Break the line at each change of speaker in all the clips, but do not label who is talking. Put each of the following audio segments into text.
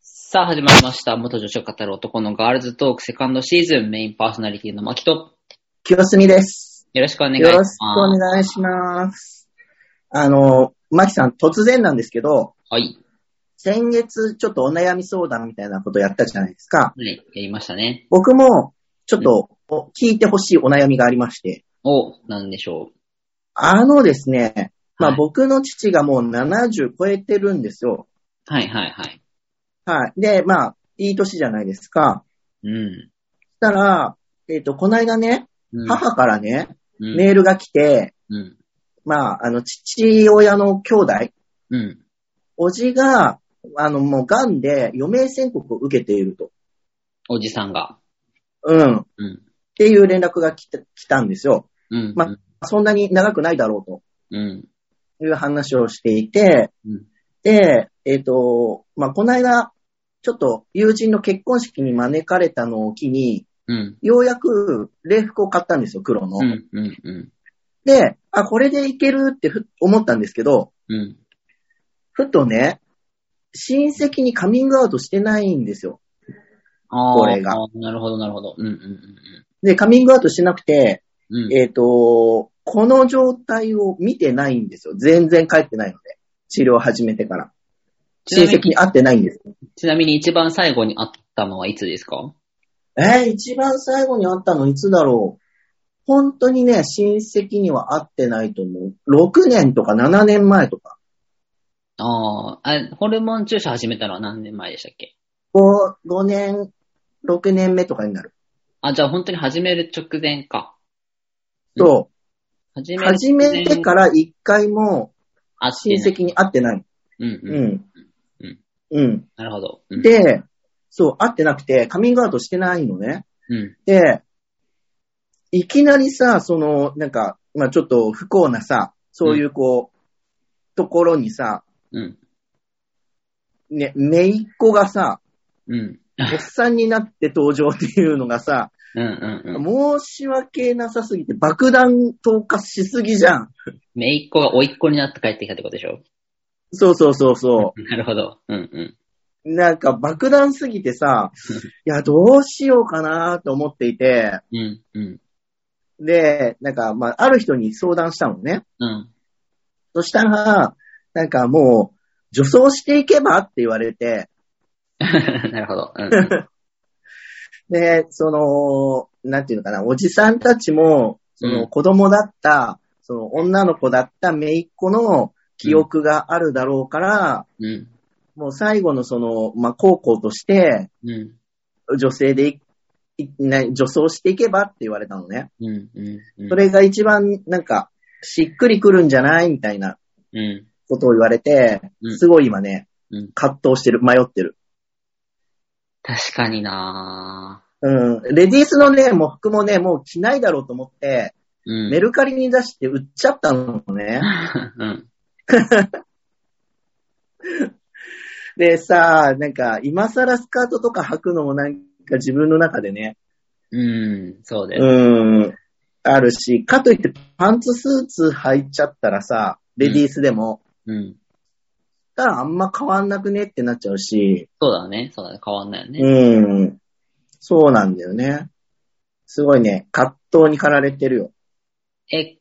さあ、始まりました。元女子を語る男のガールズトークセカンドシーズンメインパーソナリティの牧と、
清澄です。
よろしくお願いし
よろ
ま
し
す
く。お願いします。あの、マキさん、突然なんですけど、
はい。
先月ちょっとお悩み相談みたいなことやったじゃないですか。
はい、やりましたね。
僕も、ちょっとお聞いてほしいお悩みがありまして、
お、なんでしょ
あのですね、ま
は
あ
い
僕の父がもう70超えてるんですよ。
う。はい、はい、はい。
はい。で、まあ、いい年じゃないですか。
うん。
そしたら、えっ、と、この間ね、
うん、
母からね、
うん、
メールが来て、
うん。
まあ、あの、父親の兄弟、
うん。
おじが、あの、もう、癌で余命宣告を受けていると。
おじさんが。
うん。っ
うん。
ていう連絡が来た来たんですよ。
うん。
まそんなに長くないだろう
うん。
という話をしていて、
うん
で、えっ、と、まあ、この間、ちょっと友人の結婚式に招かれたのを機に、
うん。
ようやく礼服を買ったんですよ、黒の。
うん。うん。うん。
で、あ、これでいけるってふ思ったんですけど、
うん。
ふとね、親戚にカミングアウトしてないんですよ。
あー
これが
あーなるほど、なるほど。うん。うん。うん
で、カミングアウトしてなくて、
うん。うん。
えっ、と、この状態を見てないんですよ。全然帰ってないので。治療を始めてから。
ちなみに
親戚に会ってないんです。
ちなみに一番最後に会ったのはいつですか
えー一番最後に会ったのいつだろう。本当にね、親戚には会ってないと思う。6年とか7年前とか。
ああ、あ、ホルモン注射始めたのは何年前でしたっけ
5, 5年、6年目とかになる。
あ、じゃあ本当に始める直前か。
と、
始める
始めてから1回も
あ
親戚に会ってない。
うん
う
うん。
ん。
うん
うん。
なるほど。うん、
で、そう、会ってなくて、カミングアウトしてないのね。
うん。
で、いきなりさ、その、なんか、まあちょっと不幸なさ、そういうこう、ところにさ、
うん。
ね、めいっ子がさ、
うん。
おっさんになって登場っていうのがさ、
うんうんうん。
申し訳なさすぎて爆弾投下しすぎじゃん。
めいっ子がおいっ子になって帰ってきたってことでしょ
そうそうそうそ
なるほど。うんうん。
う。なんか爆弾すぎてさ、いや、どうしようかなと思っていて、
うんうん。
で、なんか、まあ、ある人に相談したのね。
うん。
そしたら、なんかもう、女装していけばって言われて、
なるほど。うんうん。
で、その、なんていうのかな、おじさんたちも、そ
うん
の子供だった、その女の子だった姪っ子の記憶があるだろうから、
うん。
もう最後のその、まあ、高校として、
うん。
女性でい、いな女装していけばって言われたのね。
うんうん。うん
そ、れが一番、なんか、しっくりくるんじゃないみたいな
うん。
ことを言われて
う、ん
すごい今ね
うん、
葛藤してる、迷ってる。
確かになぁ。
うん。レディースのね、もう服もね、もう着ないだろうと思って、
うん。
メルカリに出して売っちゃったの ね。
うん。
でさ、なんか、今更スカートとか履くのもなんか自分の中でね、
うん。そうだよ。
うん、あるし、かといってパンツスーツ履いちゃったらさ、レディースでも、
うん。
たらあんま変わんなくねってなっちゃうし、
そうだね。そうだね。変わんないよね。
うん、そうなんだよね。すごいね、葛藤に駆られてるよ。
え、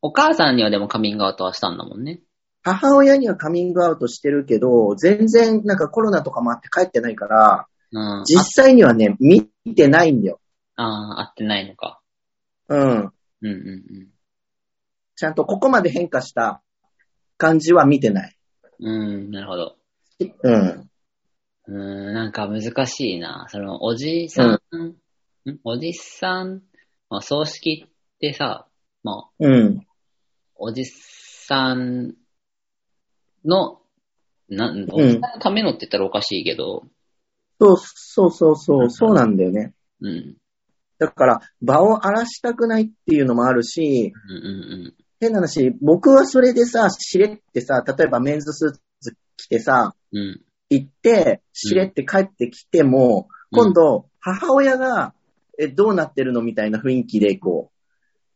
お母さんにはでもカミングアウトはしたんだもんね。
母親にはカミングアウトしてるけど、全然なんかコロナとかもあって帰ってないから、
うん。
実際にはね、見てないんだよ。
ああー、合ってないのか。
うん。
うんうん
ちゃんとここまで変化した感じは見てない。
うん。うん、なるほど。
うん。
うーん、なんか難しいな。その、おじさん、んおじさん、まあ、葬式ってさ、まあ、
うん。
おじさんの、なん、おじさんのためのって言ったらおかしいけど、
そう、そうそうそう、そうなんだよね。
うん、うん、
だから、場を荒らしたくないっていうのもあるし、
うん、
変な話、僕はそれでさ、しれってさ、例えばメンズスーツ着てさ、
うん、うん、
行って、しれって帰ってきても、今度、母親が、え、どうなってるのみたいな雰囲気で、こ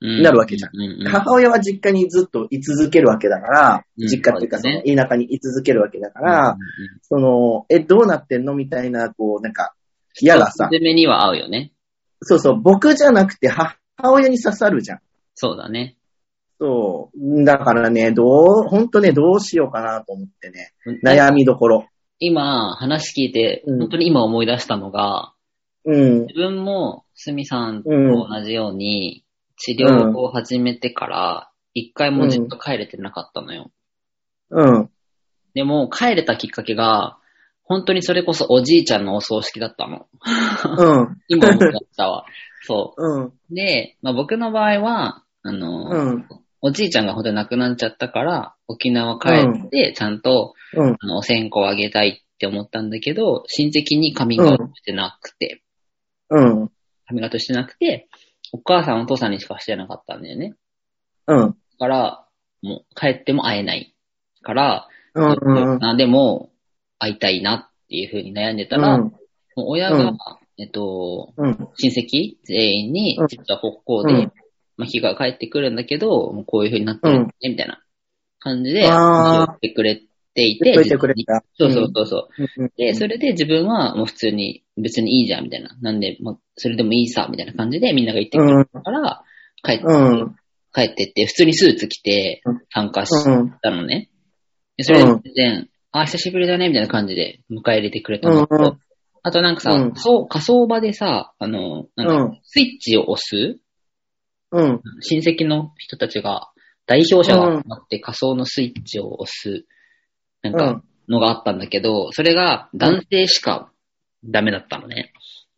に
になるわけじゃん。
うんうん
母親は実家にずっと居続けるわけだから、
うん
実家っていうか
そう
そ
で
の田舎に居続けるわけだから、その、え、どうなってんのみたいな、こう、なんか、嫌がさ、
爪めには合うよね。
そうそう、僕じゃなくて母親に刺さるじゃん。
そうだね。
そう。だからね、どう、ほんとね、どうしようかなと思ってね、悩みどころ。
今、話聞いて、
うん
本当に今思い出したのが、
うん。
自分も、すみさんと同じように、治療を始めてから、一回もずっと帰れてなかったのよ。
うん。
でも、帰れたきっかけが、本当にそれこそおじいちゃんのお葬式だったの。
うん。
今思い出した わ。そ
うん。
う。で、まあ、僕の場合は、あの、
うん。
おじいちゃんが本当に亡くなっちゃったから、沖縄帰って、ちゃんと、
うん。
あの、お線香あげたいって思ったんだけど、親戚にカミングアウトしてなくて、
うん。
カミングアウトしてなくて、お母さんお父さんにしかしてなかったんだよね。
うん。
だから、もう帰っても会えないから、
うん。うん。
なでも会いたいなっていう風に悩んでたら、
うん。
もう親が、
うん
えっと、
うん。
親戚全員に
うん、
実は北港で、
うん
まあ、日が帰ってくるんだけど、もうこういう風になってるね、みたいな感じで、言
あー
ってくれていて、
言っといてくれた。
そうそうそうそう。
うん。
で、それで自分はもう普通に、別にいいじゃん、みたいな。なんで、まあ、それでもいいさ、みたいな感じでみんなが言ってくれたから、帰って、
うん。
帰ってって、普通にスーツ着て
うん
参加し
うん。
たのね。でそれで
うん
全然、あ、久しぶりだね、みたいな感じで迎え入れてくれたの
うんう
と、あとなんか
う
さ
ん、
そう、仮想場でさ、あの、
う
なんか
ん。
スイッチを押す
うん。
親戚の人たちが、代表者が集まって仮想のスイッチを押す、なん
う
か、
ん。
のがあったんだけど、それが男性しかダメだったのね。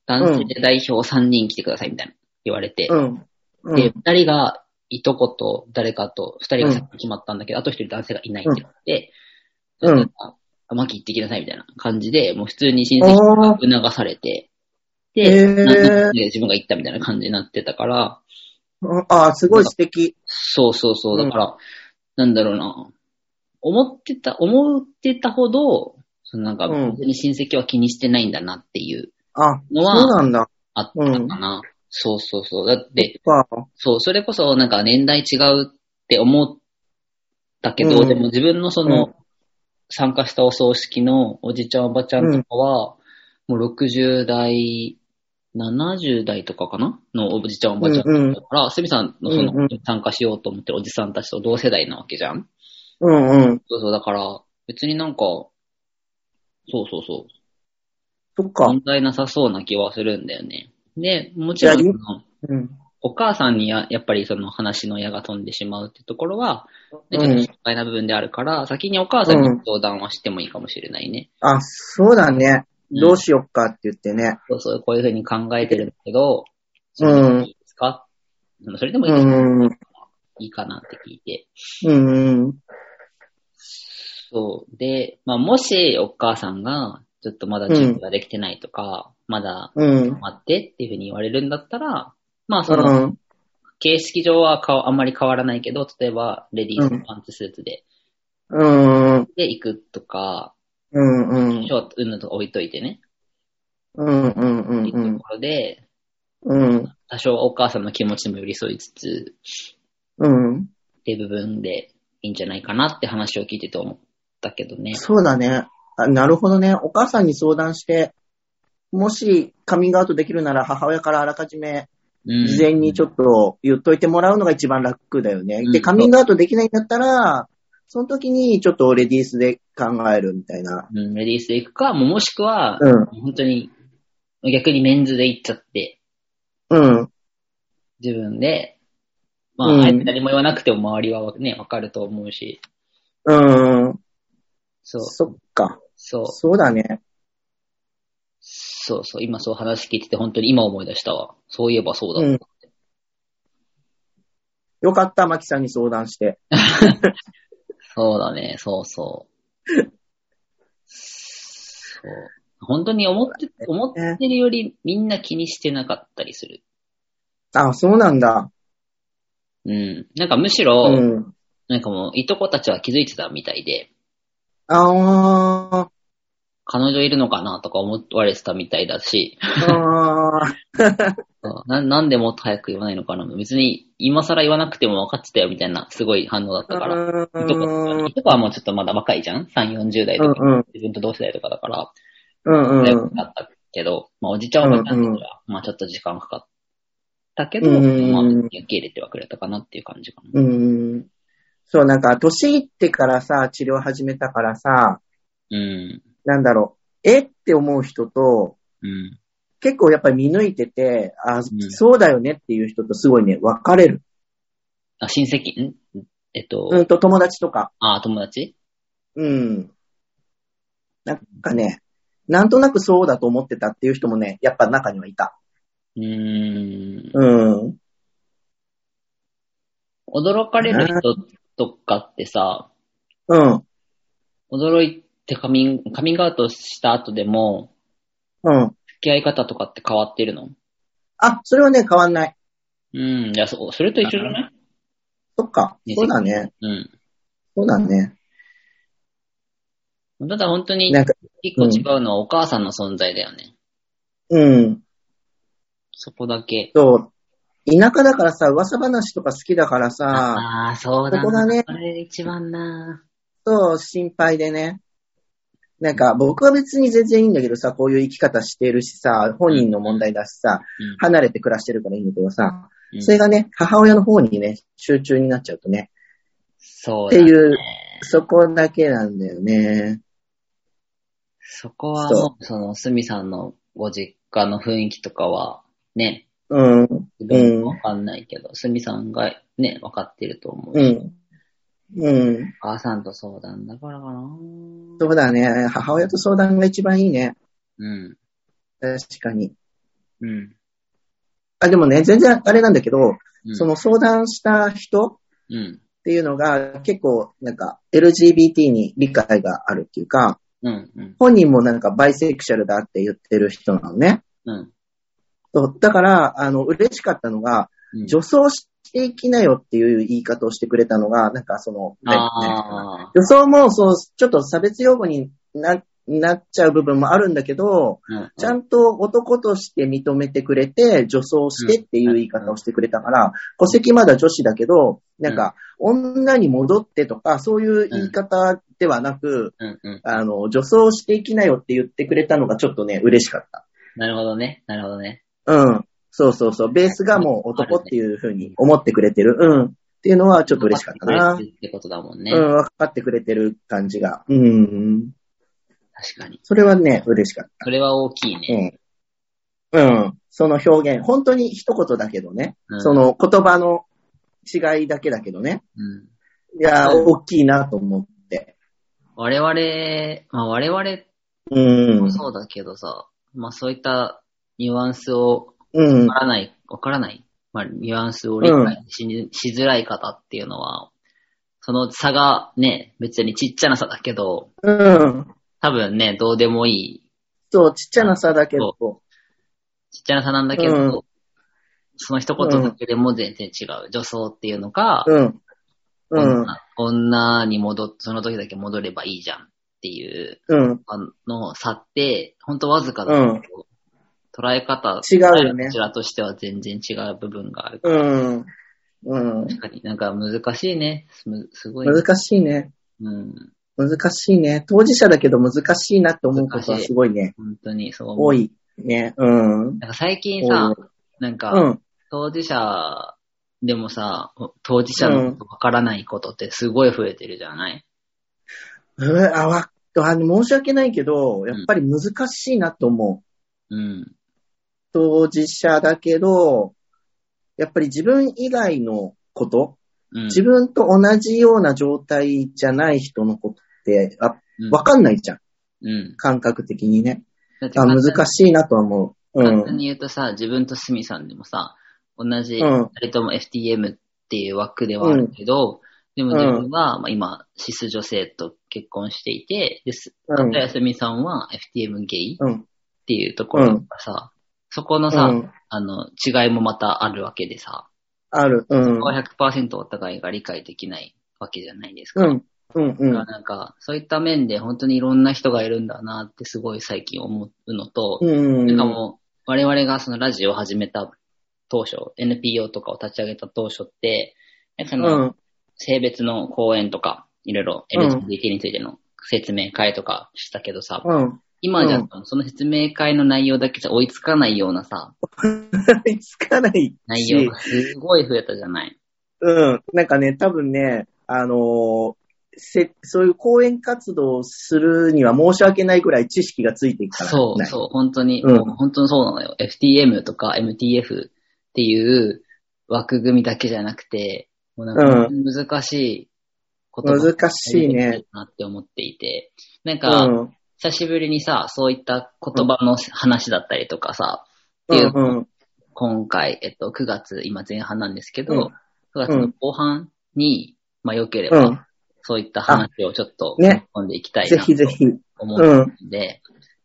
男性代表3人来てくださいみたいな言われて、
うん。う
で、
ん。
2人がいとこと誰かと2人がさっき決まったんだけど、あと1人男性がいないって言って、
うん
そしたらあマキ行ってきなさいみたいな感じで、もう普通に親戚
ああ。
が促されて、で、
え
なん
ー
か、自分が行ったみたいな感じになってたから、
あー、すごい素敵。
そうそうそう。
うん
だから、なんだろうな。思ってた、思ってたほど、そのなんか、
うん
別に親戚は気にしてないんだなっていう
あ、
の
そう
は、
なんだ。
あったかな。そうそうそう。だって、
そっか
そう、それこそなんか年代違うって思ったけど、
うん
でも自分のそうの、参加したお葬式のおじちゃんおばちゃんとかは、もう60代、70代とかかなのおじちゃんおばちゃん
うんうん
だから、すみさんのその
うんうん、
参加しようと思ってるおじさんたちと同世代なわけじゃん
うんうん。
そうそう、だから、別になんか、そうそうそう、
そっか。
問題なさそうな気はするんだよね。で、もち
いや
ろん
い
そ
い
の、
うん。
お母さんにややっぱりその話の矢が飛んでしまうってところは、ね
うん
ちょっと心配な部分であるから、先にお母さんに相談はしてもいいかもしれないね。
あ、そうだね。
うん
どうしよっかって言ってね。
そうそう、こういうふうに考えてるんだけど、そ
うん
れでいいですかでもそれでも
う
いい,、
ん。うん
いいかなって聞いて。
うん。
そう。で、まあ、もしお母さんが、ちょっとまだ準備ができてないとか、まだ
うん。
待ってっていうふうに言われるんだったら、まあ、
う
その、
ん。
形式上はかあんまり変わらないけど、例えば、レディースのパンツスーツで、
うん。
で行くとか、
うん。う
シ
ん。
ョート、うんぬんとか置いといてね、
うん。うん。う
っていうんと。ころで、
うん。
多少お母さんの気持ちも寄り添いつつ、
うん。
っていう部分でいいんじゃないかなって話を聞いてて思ったけどね。
そうだね。あなるほどね。お母さんに相談して、もしカミングアウトできるなら母親からあらかじめ
うん
事前にちょっと言っといてもらうのが一番楽だよね。
うん
で、カミングアウトできないんだったら、その時にちょっとレディースで考えるみたいな。
うん、レディースで行くか、もうもしくは、
うん。
本当に、逆にメンズで行っちゃって、
うん。
自分で、まあ、
うん
あえて何も言わなくても周りはね、わかると思うし、
うん。
そう、
そっか。
そう、
そうだね。
そうそう、今そう話聞いてて本当に今思い出したわ。そういえばそうだ。
うん。よかった、マキさんに相談して。
そうだね、そうそう。そう。本当に思って、思ってるよりみんな気にしてなかったりする。
あ、そうなんだ。
うん。なんかむし
う
ろ、
ん。
なんかもう、いとこたちは気づいてたみたいで、
あ
彼女いるのかなとか思われてたみたいだし、
あ
ななんでもっと早く言わないのかな別に今更言わなくても分かってたよみたいなすごい反応だったから。
ー
いとこいとこはもうちょっとまだ若いじゃん ?3、40代
うん
とか、
うん。
自分と同世代とかだから、
うん
だい
うん
ぶ。だったけど、まあおじちゃんおばちゃんとか、
うんうん
まあちょっと時間かかったけど、
うん
まあ受け入れてはくれたかなっていう感じかな。
うん。そう、なんか、年いってからさ、治療始めたからさ、
うん。
なんだろう、えって思う人と、
うん。
結構やっぱり見抜いてて、あ、
ん
そうだよねっていう人とすごいね、分かれる。
あ、親戚、んえっと、
うんと、友達とか。
あ、友達
うん。なんかね、なんとなくそうだと思ってたっていう人もね、やっぱ中にはいた。
うーん。
うん。
驚かれる人とかってさ、
うん。
驚いてカミンカミングアウトした後でも、
うん。
付き合い方とかって変わってるの
あ、それはね、変わんない。
うん。いや、そう、それと一緒じゃない
そっか。
ね
そうだね。
うん。
そうだね。
ただ本当に
なんか、
一個違うのはお母さんの存在だよね。
うん。
そこだけ。
そう。田舎だからさ、噂話とか好きだからさ、
ああー、そうだな。
そこがね
それが一番な。
そう、心配でね。なんか、僕は別に全然いいんだけどさ、こういう生き方してるしさ、本人の問題だしさ、
うん
離れて暮らしてるからいいんだけどさ、
うん
それがね、母親の方にね、集中になっちゃうとね、
そう
っ
だ
て
ね
いう、そこだけなんだよね。
そこはもう、その、すみさんのご実家の雰囲気とかは、ね、
うん、
自分もわかんないけど、すみさんがね、わかってると思う
う
し。
ん。うん。
お母さんと相談だからかな。
そうだね。母親と相談が一番いいね。
うん。
確かに。
うん。
あ、でもね、全然あれなんだけど、
うん。
その相談した人
うん。
っていうのが結構なんか LGBT に理解があるっていうか、
うん。うん。
本人もなんかバイセクシャルだって言ってる人なのね。
うん。
そうだから、あの、嬉しかったのが、
うん
女装していきなよっていう言い方をしてくれたのが、なんかその、
ああ。
女装もそう、ちょっと差別用語にななっちゃう部分もあるんだけど、
うん
ちゃんと男として認めてくれて、女装してっていう言い方をしてくれたから、戸籍まだ女子だけど、なんか、女に戻ってとか、そういう言い方ではなく、
うん。うん。
あの、女装していきなよって言ってくれたのがちょっとね、嬉しかった。
なるほどね。なるほどね。
うん。そうそうそう。ベースがもう男っていう風に思ってくれてる。うん。っていうのはちょっと嬉しかった
分
な
かってく。れてるってことだもんね。
うん、分かってくれてる感じが。うん。
確かに。
それはね、嬉しかった。
それは大きいね。
うん。うん。その表現、本当に一言だけどね。
うん
その言葉の違いだけだけどね。
うん。
いやー、
うん
大きいなと思って。
我々、まあ我々
うん
も。そうだけどさ、まあそういったニュアンスを
うん
わか。らない、わからない、まあニュアンスを理解し,、しづらい方っていうのは、その差がね、別にちっちゃな差だけど、
うん。
多分ね、どうでもいい、
そう、ちっちゃな差だけど。
ちっちゃな差なんだけど、
うん
その一言だけでも全然違う。女装っていうのか、
うん。うん。
女女に戻っ、その時だけ戻ればいいじゃんっていう。
うん。
あの差って、ほんとわずかだけど、捉え方、
違うよね
こちらとしては全然違う部分がある。
うん。うん。
確かになんか難しいね。すすごいね、
難しいね。
うん。
難しいね。当事者だけど難しいなって思うことはすごいね。
本当にそう思う
多。い。ね。うん。
なんか最近さ、なん
多い
か、当事者でもさ、当事者のことわからないことってすごい増えてるじゃない、
うん。うんあ、わあの、申し訳ないけど、やっぱり難しいなと思う。
うん、
当事者だけど、やっぱり自分以外のこと、
うん。
自分と同じような状態じゃない人のことって、あ
うん、
わかんないじゃん。
うん。
感覚的にね。
だって
あ難しいなとは思う。う
簡
ん。
単に言うとさ、自分とスミさんでもさ、同じ、
うん
二人とも FTM っていう枠ではあるけど、でも自分は、まあ、今、シス女性と結婚していて、です。
う
片
ん。
やすみさんは FTM ゲイっ
うん。
ていうところとかさ、そこのさ、
うん
あの、違いもまたあるわけでさ、
ある。うん
そこ。は100%お互いが理解できないわけじゃないですか。
うん。うんう
だから
ん。
なんか、そういった面で本当にいろんな人がいるんだなってすごい最近思うのと、
うん。
なんかもう、我々がそのラジオを始めた当初、NPO とかを立ち上げた当初って、なんかそうの、
ん。
性別の講演とか、いろいろ LGBT についての説明会とかしたけどさ、
うん。
今じゃ
うん
その説明会の内容だけじゃ追いつかないようなさ、
追いつかないし。
内容がすごい増えたじゃない。
うん。なんかね、多分ね、あのーせ、そういう講演活動をするには申し訳ないぐらい知識がついていかない。
そう、そう、本当に、
うん
もう本当にそうなのよ。FTM とか MTF っていう枠組みだけじゃなくて、もうなんか本当に難しいことが
難しいね。
なって思っていて、なん
う
か、
ん。
久しぶりにさ、そういった言葉の話だったりとかさ、
う
っていう、
んうん。
今回、えっと、9月、今前半なんですけど、
うん
9月の後半に、まあ、良ければ、
うん。
そういった話をちょっと、
ね
込んでいきたい
ぜ
なと
ひぜひ。
思う
うん。
ので、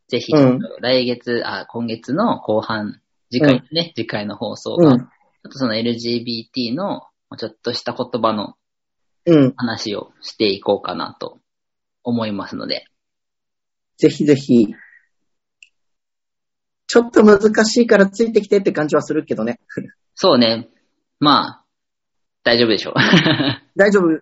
ぜひ、
うん
来月、あ、今月の後半、次回ね、次回の放送
う
が、ち
ん。
ょっとその LGBT の、ちょっとした言葉の
うん。
話をしていこうかなと思いますので、
ぜひぜひ。ちょっと難しいからついてきてって感じはするけどね。
そうね。まあ、大丈夫でしょう。
大丈夫。
うん。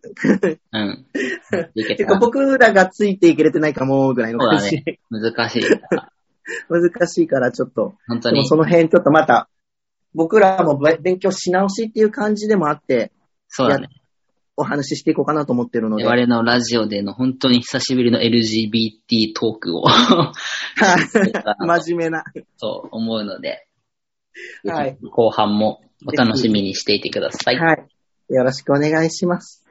いけ
て
た
から僕らがついていけれてないかもぐらいの感じ。
そう難しいから。
難しいからちょっと。
本当
でも
に。
その辺ちょっとまた、僕らもべ勉強し直しっていう感じでもあって、
そうだね。
お話ししていこうかなと思ってるの
我
で。
々のラジオでの本当に久しぶりの LGBT トーク を
真面目な。
そう思うので、
はい
後半もお楽しみにしていてください。はい。
はい。よろしくお願いします。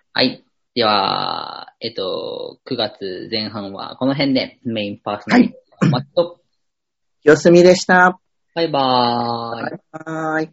では、えっと、9月前半はこの辺でメインパーソナリティのマット、
よすみでした。
バイバーイ。
はーい。